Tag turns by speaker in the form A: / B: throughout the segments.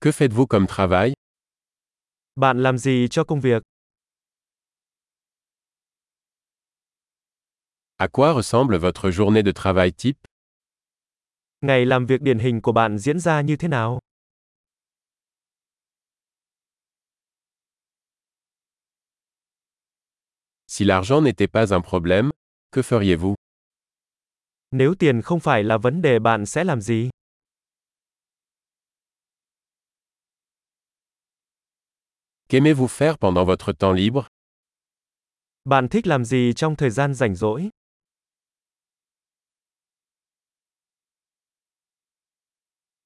A: Que faites-vous comme travail
B: Bạn làm gì cho công việc?
A: À quoi ressemble votre journée de travail type
B: Ngày làm việc điển hình của bạn diễn ra như thế nào?
A: Si l'argent n'était pas un problème, que feriez-vous
B: Nếu tiền không phải là vấn đề bạn sẽ làm gì?
A: Qu'aimez-vous faire pendant votre temps libre
B: Bạn thích làm gì trong thời gian rảnh rỗi?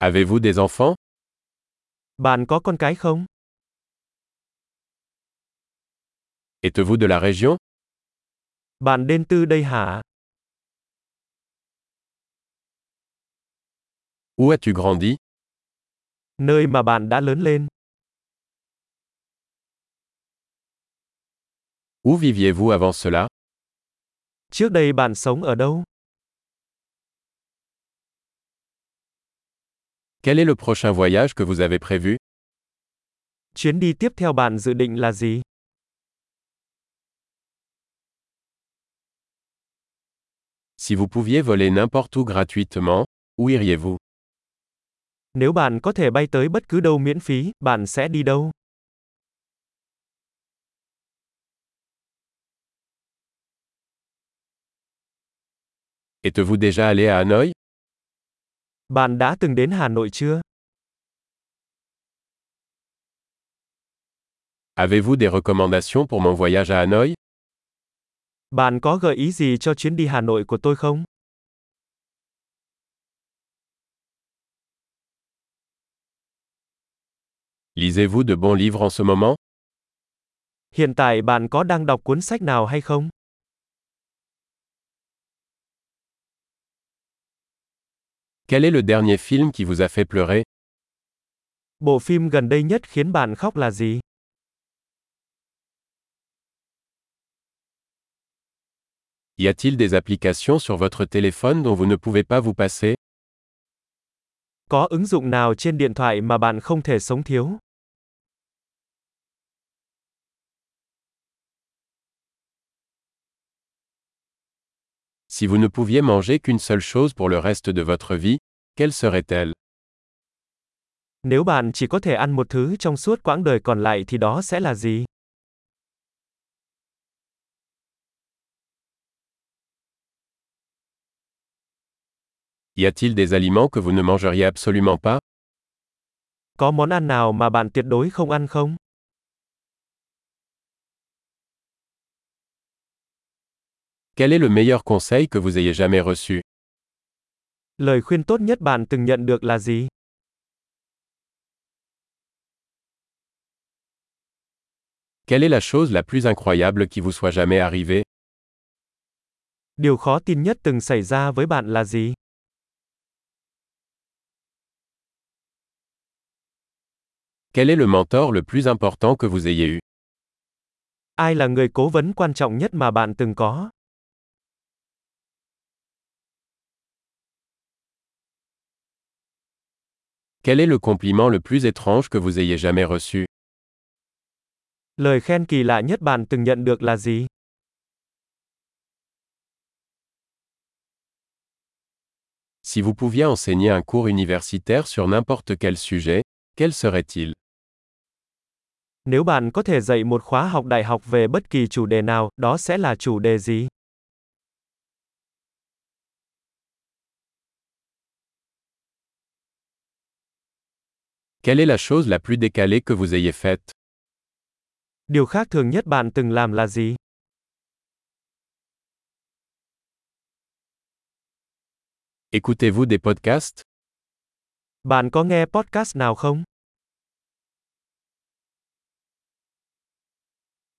A: Avez-vous des enfants
B: Bạn có con cái không?
A: Êtes-vous de la région
B: Bạn đến từ đây hả?
A: Où as-tu grandi
B: Nơi mà bạn đã lớn lên.
A: Où viviez-vous avant cela
B: Trước đây bạn sống ở đâu?
A: Quel est le prochain voyage que vous avez prévu
B: Chuyến đi tiếp theo bạn dự định là gì?
A: Si vous pouviez voler n'importe où gratuitement, où iriez-vous
B: Nếu bạn có thể bay tới bất cứ đâu miễn phí, bạn sẽ đi đâu?
A: Êtes-vous déjà allé à Hanoï
B: Bạn đã từng đến Hà Nội chưa?
A: Avez-vous des recommandations pour mon voyage à Hanoï
B: Bạn có gợi ý gì cho chuyến đi Hà Nội của tôi không?
A: Lisez-vous de bons livres en ce moment
B: Hiện tại bạn có đang đọc cuốn sách nào hay không?
A: Quel est le dernier film qui vous a fait pleurer
B: Bộ phim gần đây nhất khiến bạn khóc là gì?
A: Y a-t-il des applications sur votre téléphone dont vous ne pouvez pas vous passer
B: Có ứng dụng nào trên điện thoại mà bạn không thể sống thiếu?
A: Si vous ne pouviez manger qu'une seule chose pour le reste de votre vie, quelle serait-elle
B: Nếu bạn chỉ có thể ăn một thứ trong suốt quãng đời còn lại thì đó sẽ là gì?
A: Y a-t-il des aliments que vous ne mangeriez absolument pas
B: Có món ăn nào mà bạn tuyệt đối không ăn không?
A: Quel est le meilleur conseil que vous ayez jamais reçu
B: Lời khuyên tốt nhất bạn từng nhận được là gì?
A: Quelle est la chose la plus incroyable qui vous soit jamais arrivée
B: Điều khó tin nhất từng xảy ra với bạn là gì?
A: Quel est le mentor le plus important que vous ayez eu
B: Ai là người cố vấn quan trọng nhất mà bạn từng có?
A: Quel est le compliment le plus étrange que vous ayez jamais reçu
B: Lời khen kỳ lạ nhất bạn từng nhận được là gì?
A: Si vous pouviez enseigner un cours universitaire sur n'importe quel sujet, quel serait-il
B: Nếu bạn có thể dạy một khóa học đại học về bất kỳ chủ đề nào, đó sẽ là chủ đề gì?
A: Quelle est la chose la plus décalée que vous ayez faite
B: Điều khác thường nhất bạn từng làm là gì?
A: Écoutez-vous des podcasts
B: Bạn có nghe podcast nào không?